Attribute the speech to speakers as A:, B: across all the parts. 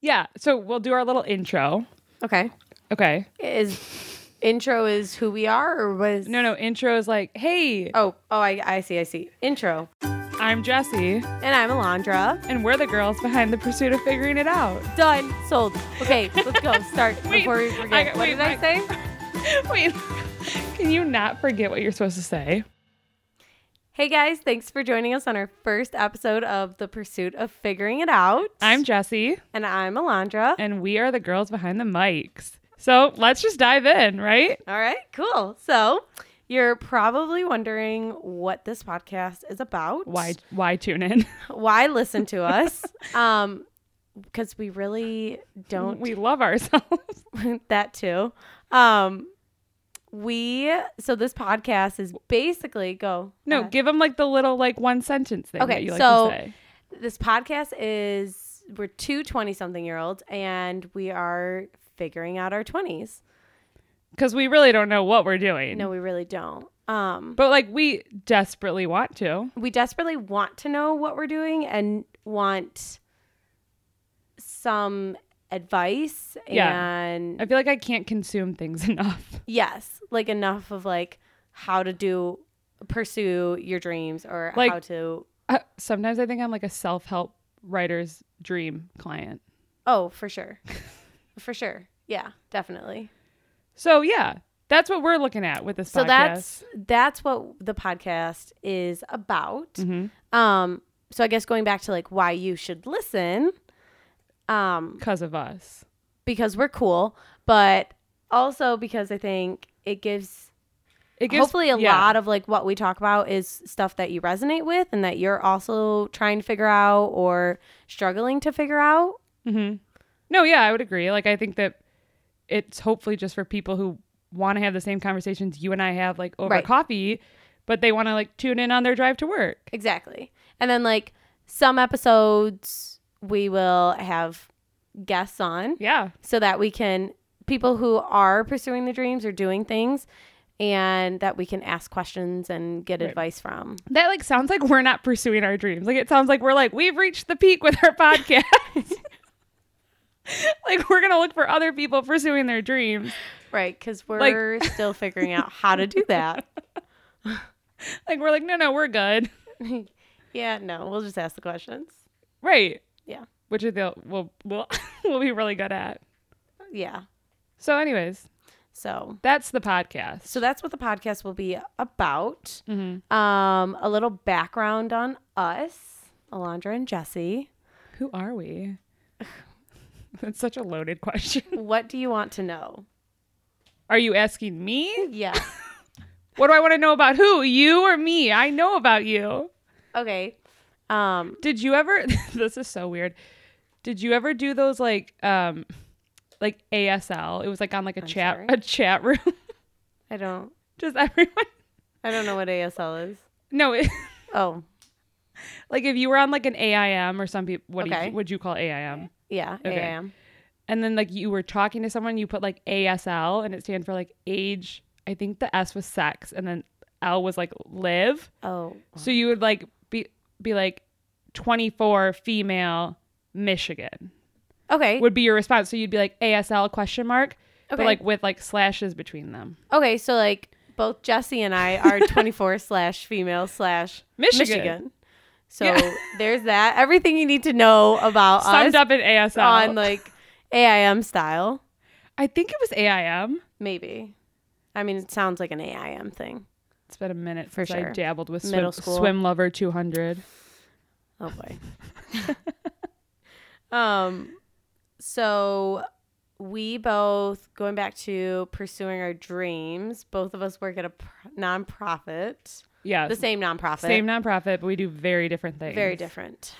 A: Yeah. So we'll do our little intro.
B: Okay.
A: Okay.
B: Is intro is who we are or was
A: No, no. Intro is like, hey,
B: Oh, oh, I, I see, I see. Intro.
A: I'm Jesse,
B: And I'm Alondra.
A: and we're the girls behind the pursuit of figuring it out.
B: Done. Sold. Okay, let's go. Start
A: Wait,
B: before
A: I
B: we forget.
A: got-
B: what
A: wait,
B: did
A: my-
B: I say?
A: Wait, can you not forget what you're supposed to say?
B: Hey guys, thanks for joining us on our first episode of The Pursuit of Figuring It Out.
A: I'm Jesse,
B: and I'm Alondra.
A: and we are the girls behind the mics. So let's just dive in, right?
B: All right, cool. So you're probably wondering what this podcast is about.
A: Why why tune in?
B: Why listen to us? um, because we really don't
A: we love ourselves.
B: that too. Um, we so this podcast is basically go
A: No,
B: uh,
A: give them like the little like one sentence thing
B: Okay,
A: that you like
B: so-
A: to say.
B: this podcast is we're two 20 something year olds and we are figuring out our 20s.
A: Because we really don't know what we're doing.
B: No, we really don't. Um,
A: But like we desperately want to.
B: we desperately want to know what we're doing and want some advice
A: Yeah.
B: and
A: I feel like I can't consume things enough.
B: yes, like enough of like how to do pursue your dreams or
A: Like-
B: how to
A: Uh, sometimes I think I'm like a self help writer's dream client.
B: Oh, for sure. for sure. Yeah, definitely.
A: So yeah, that's what we're looking at with this
B: So
A: podcast.
B: that's that's what the podcast is about.
A: Mhm.
B: Um so I guess going back to like why you should listen um
A: because of us.
B: because we're cool, but also because I think it gives,
A: It
B: hopefully a lot of like what we talk about is stuff that you resonate with and that you're also trying to figure out or struggling to figure out.
A: hmm No, yeah, I would agree. Like I think that it's hopefully just for people who want to have the same conversations you and I have, like over
B: Right.
A: coffee, but they want to like tune in on their drive to work.
B: Exactly. And then like some episodes we will have guests on
A: Yeah,
B: so that we can people who are pursuing the dreams or doing things and that we can ask questions and get
A: Right.
B: advice from.
A: that like sounds like we're not pursuing our dreams. Like it sounds like we're like we've reached the peak with our podcast. like we're gonna look for other people pursuing their dreams.
B: Right, cuz we're still figuring out how to do that.
A: Like we're like no, no, we're good.
B: yeah, no, we'll just ask the questions.
A: Right.
B: Yeah.
A: Which is the we'll we'll, we'll be really good at.
B: Yeah.
A: So, anyways,
B: So,
A: that's the podcast.
B: so that's what the podcast will be about.
A: Mhm.
B: Um a little background on us, Alondra and Jesse.
A: who are we? that's such a loaded question.
B: What do you want to know?
A: Are you asking me?
B: Yeah.
A: What do I want to know about who? You or me? I know about you.
B: Okay. Um,
A: Did you ever this is so weird. Did you ever do those like um like ASL? It was like on like a chat
B: sorry?
A: a chat room.
B: I don't
A: Just everyone
B: I don't know what ASL is.
A: No, it,
B: Oh,
A: like if you were on like an AIM or some people what do
B: Okay.
A: you, would you call AIM?
B: yeah,
A: Okay.
B: AIM.
A: and then like you were talking to someone, you put like ASL and it stands for like age. I think the S was sex and then L was like live.
B: Oh.
A: So you would like be be like 24 female Michigan
B: Okay.
A: would be your response. So you'd be like ASL question mark, but
B: Okay.
A: like with like slashes between them.
B: Okay, so like both Jesse and I are 24 slash female slash
A: Michigan.
B: So
A: Yeah.
B: there's that. Everything you need to know about
A: Summed
B: us
A: up in ASL.
B: on like AIM style,
A: I think it was AIM.
B: maybe. I mean, it sounds like an AIM thing.
A: It's been a minute
B: For
A: since I
B: sure.
A: dabbled with swim,
B: Middle school.
A: swim lover 200.
B: Oh boy. um so we both going back to pursuing our dreams. Both of us work at a pr- nonprofit,
A: Yeah.
B: the same nonprofit.
A: same nonprofit, but we do very different things.
B: very different.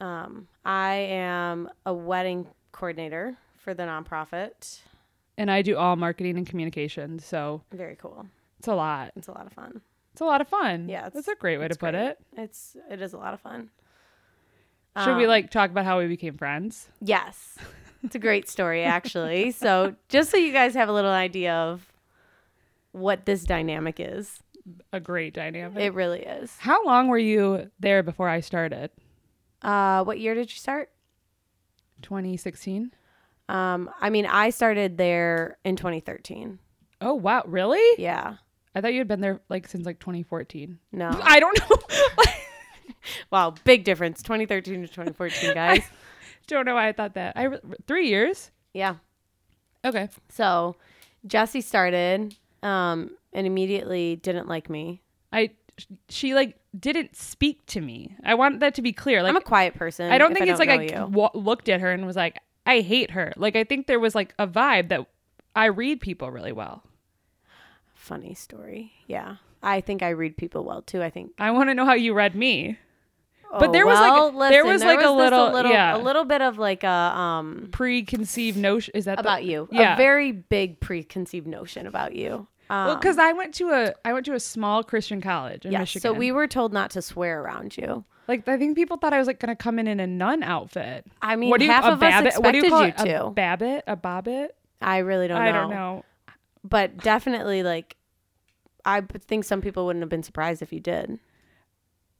B: Um I am a wedding coordinator for the nonprofit.
A: and I do all marketing and communications. So
B: Very cool.
A: it's a lot.
B: It's a lot of fun.
A: It's a lot of fun.
B: Yeah, it's-
A: that's a great way to
B: it's
A: put
B: great.
A: it.
B: It's it is a lot of fun.
A: Should we
B: Um,
A: like talk about how we became friends?
B: Yes. It's a great story, actually. so, just so you guys have a little idea of what this dynamic is,
A: A great dynamic.
B: it really is.
A: how long were you there before I started?
B: Uh, what year did you start?
A: 2016.
B: Um, I mean, I started there in 2013.
A: Oh wow, really?
B: Yeah.
A: I thought you had been there like since like 2014.
B: No.
A: I don't know.
B: Wow, big difference. 2013 to 2014, guys.
A: don't know why I thought that. I re- three years.
B: yeah.
A: Okay.
B: So Jesse started um, and immediately didn't like me.
A: I she like didn't speak to me. I want that to be clear. Like
B: I'm a quiet person.
A: I don't
B: if
A: think it's like
B: know
A: I
B: you.
A: wa- looked at her and was like, I hate her. Like I think there was like a vibe that I read people really well.
B: funny story. Yeah. I think I read people well too. I think
A: I want to know how you read me.
B: Oh,
A: there was, like,
B: well,
A: a- there was, like, a
B: this
A: little-
B: a little
A: yeah.
B: a little bit of like a um
A: Preconceived notion is that the-
B: about you.
A: Yeah.
B: A very big preconceived notion about you. Um,
A: well, because I went to a I went to a small Christian college in
B: yeah,
A: Michigan.
B: so we were told not to swear around you.
A: like I think people thought I was like gonna come in in a nun outfit.
B: I mean,
A: what do you
B: half
A: a
B: of us
A: babbit- what do you
B: expected
A: call
B: you
A: it? A
B: to.
A: babbit, a bobbit.
B: I really don't know.
A: I don't know.
B: But definitely, like, I b- think some people wouldn't have been surprised if you did.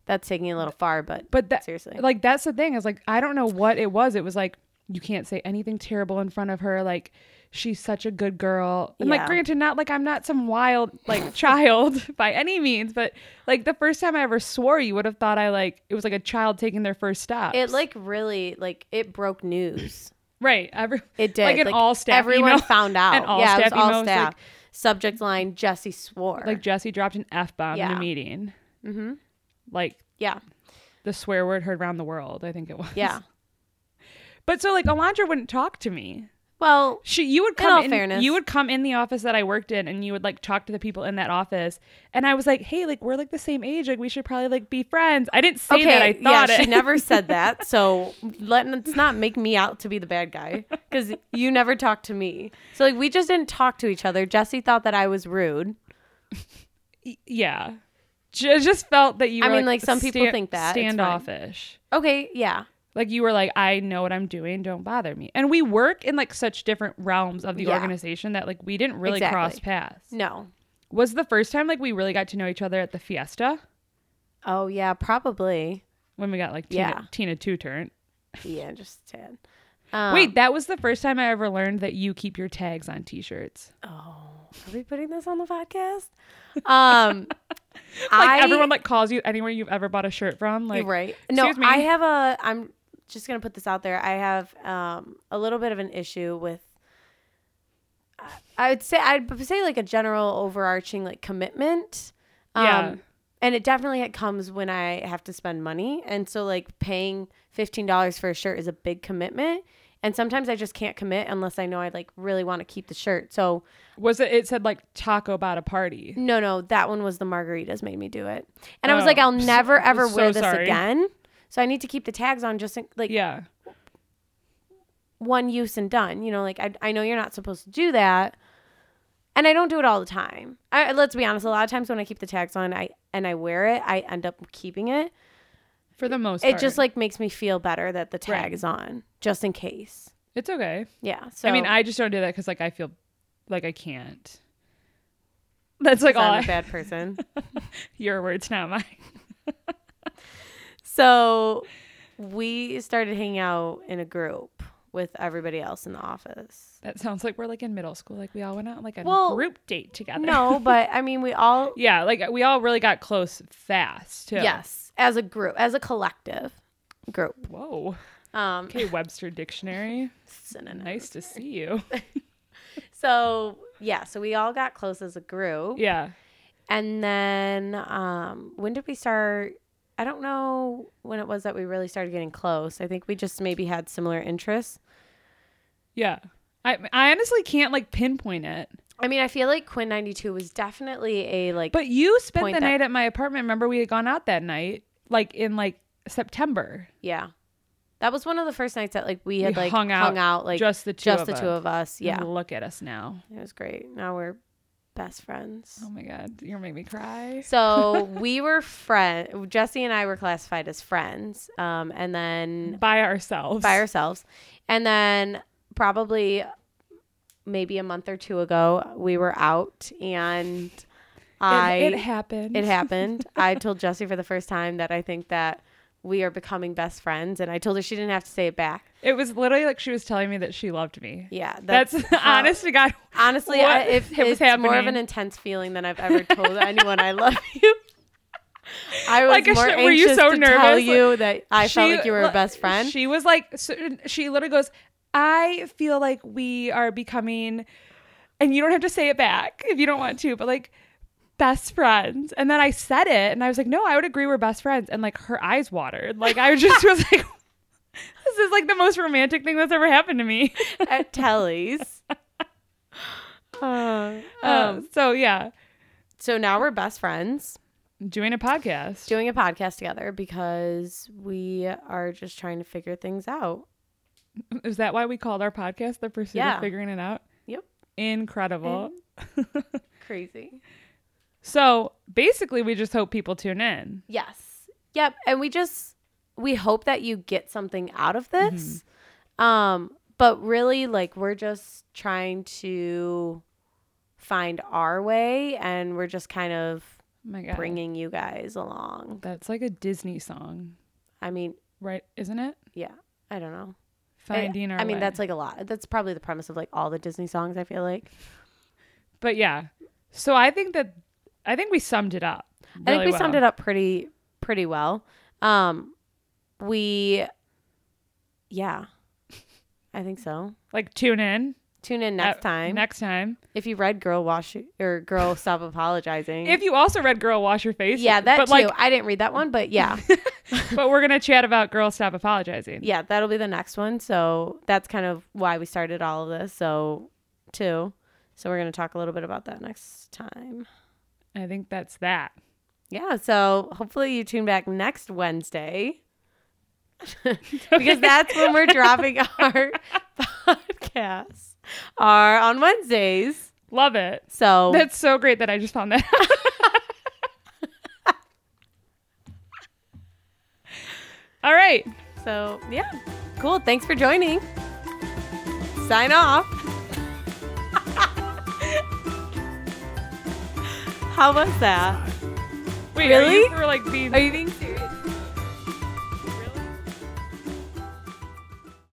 B: That's taking it a little far, but
A: But that
B: seriously,
A: like that's the thing is like I don't know what it was. It was like you can't say anything terrible in front of her. Like she's such a good girl. And like
B: Yeah.
A: granted, not like I'm not some wild like child by any means, but like the first time I ever swore, you would have thought I like it was like a child taking their first step.
B: it like really like it broke news.
A: right. Every
B: It did.
A: like an all staff
B: Everyone
A: email.
B: found out.
A: An all
B: yeah, it was
A: staff
B: all
A: email was
B: staff.
A: like-
B: Subject line: Jesse swore.
A: like Jesse dropped an f bomb in
B: Yeah.
A: a meeting.
B: Mhm.
A: Like
B: yeah,
A: the swear word heard around the world. I think it was.
B: yeah.
A: But so like Alondra wouldn't talk to me.
B: Well,
A: She, you would
B: In
A: come
B: all
A: in,
B: fairness.
A: you would come in the office that I worked in, and you would like talk to the people in that office. And I was like, "Hey, like we're like the same age, like we should probably like be friends." I didn't say
B: okay.
A: that. I thought
B: yeah,
A: it.
B: she never said that. So let let's not make me out to be the bad guy because you never talked to me. So like we just didn't talk to each other. Jesse thought that I was rude.
A: yeah, J- just felt that you.
B: I
A: were,
B: mean, like, some people
A: sta-
B: think that. It's fine.
A: standoffish.
B: Okay, yeah.
A: Like you were like, I know what I'm doing. Don't bother me. And we work in like such different realms of the
B: Yeah.
A: organization that like we didn't really
B: Exactly.
A: cross paths.
B: No.
A: Was the first time like we really got to know each other at the fiesta
B: Oh yeah, probably.
A: when we got like
B: Yeah.
A: Tina, Tina Two Turn.
B: Yeah, just sad. Um,
A: Wait, that was the first time I ever learned that you keep your tags on t-shirts.
B: oh, are we putting this on the podcast? Um,
A: Like
B: I,
A: everyone like calls you anywhere you've ever bought a shirt from. Like
B: right? No,
A: excuse me.
B: I have a. I'm just gonna put this out there. I have um a little bit of an issue with. I- I would say I'd say like a general overarching like commitment. Um,
A: Yeah.
B: And it definitely it comes when I have to spend money, and so like paying fifteen dollars for a shirt is a big commitment. And sometimes I just can't commit unless I know I like really want to keep the shirt. So
A: was it it said like taco about a party?
B: No, no, that one was the margaritas made me do it. And I was
A: Oh,
B: like, I'll never
A: I'm
B: ever
A: so
B: wear this
A: sorry.
B: again. So I need to keep the tags on just in- like
A: Yeah.
B: one use and done. You know, like I, I know you're not supposed to do that. And I don't do it all the time. I, let's be honest, a lot of times when I keep the tags on I and I wear it, I end up keeping it.
A: For the most
B: It
A: part.
B: just like makes me feel better that the tag
A: Right.
B: is on just in case.
A: it's okay.
B: Yeah. So
A: I mean, I just don't do that cuz like I feel like I can't. That's like all
B: I'm a
A: I,
B: bad person.
A: your words not mine.
B: so we started hanging out in a group with everybody else in the office.
A: That sounds like we're like in middle school like we all went out on, like a
B: Well,
A: group date together.
B: No, but I mean, we all,
A: Yeah, like we all really got close fast too.
B: yes, as a group, as a collective group.
A: Whoa.
B: Um,
A: Okay, Webster dictionary.
B: synonym.
A: nice to see you.
B: So, yeah, so we all got close as a group.
A: Yeah.
B: And then um, when did we start? I don't know when it was that we really started getting close. I think we just maybe had similar interests.
A: Yeah. I I honestly can't like pinpoint it.
B: I mean, I feel like Quinn 92 was definitely a like,
A: But you spent
B: Point
A: the
B: that-
A: night at my apartment. Remember we had gone out that night, like in like September.
B: yeah. That was one of the first nights that like we had
A: We
B: like
A: hung
B: hung
A: out,
B: out, like
A: just
B: just,
A: the two of
B: the
A: us.
B: two of us. Mm-hmm. Yeah.
A: And Look at us now.
B: It was great. Now we're best friends.
A: Oh my god, you're gonna make me cry.
B: So we were friend. Jesse and I were classified as friends, um, and then
A: By ourselves.
B: by ourselves, and then probably maybe a month or two ago, we were out, and
A: It-
B: I
A: it, happened.
B: it happened. I told Jesse for the first time that I think that we are becoming best friends. And I told her she didn't have to say it back.
A: It was literally like she was telling me that she loved me.
B: Yeah,
A: That's,
B: how-
A: honest to God.
B: Honestly,
A: what
B: I, if
A: it was
B: it's more of
A: happening.
B: an intense feeling than I've ever told anyone I love you. I was
A: Like a
B: more
A: sh-
B: anxious
A: were you so
B: to tell
A: nervous?
B: you that I felt
A: She-
B: like you were
A: li-
B: a best friend.
A: She was like, so, she literally goes, I feel like we are becoming, and you don't have to say it back if you don't want to, but like best friends. And then I said it and I was like, no, I would agree we're best friends. And like her eyes watered. Like I just was like, this is like the most romantic thing that's ever happened to me.
B: at Telly's. Uh, um,
A: Um, so yeah,
B: so now we're best friends
A: doing a podcast.
B: doing a podcast together because we are just trying to figure things out.
A: Is that why we called our podcast The Pursuit
B: Yeah.
A: of Figuring It Out?
B: Yep.
A: Incredible.
B: Crazy.
A: So basically, we just hope people tune in.
B: Yes. Yep. And we just we hope that you get something out of this.
A: Mm-hmm.
B: Um, but really like we're just trying to find our way and we're just kind of
A: Oh my God.
B: bringing you guys along.
A: That's like a Disney song,
B: I mean,
A: right? Isn't it?
B: yeah, I don't know.
A: Finding
B: I,
A: our.
B: Eh, I mean,
A: way.
B: that's like a lot. That's probably the premise of like all the Disney songs. I feel like
A: But yeah, so I think that I think we summed it up.
B: I think we summed it up pretty pretty well. Um, we, yeah, I think so.
A: Like tune in
B: Tune in next
A: Uh,
B: time.
A: Next time.
B: if you read "Girl Wash" or "Girl Stop Apologizing,"
A: If you also read "Girl Wash Your Face,"
B: yeah, that
A: but
B: too.
A: like,
B: I didn't read that one, but yeah,
A: but we're gonna chat about "Girl Stop Apologizing."
B: yeah, that'll be the next one. So that's kind of why we started all of this. So too. So we're gonna talk a little bit about that next time.
A: I think that's that.
B: Yeah, so hopefully you tune back next Wednesday because that's when we're dropping our podcasts are on Wednesdays.
A: Love it.
B: So
A: That's so great that I just found that. out. All right.
B: so yeah. Cool. Thanks for joining. Sign off. How was that?
A: Wait,
B: Really?
A: are you for like being
B: Are you being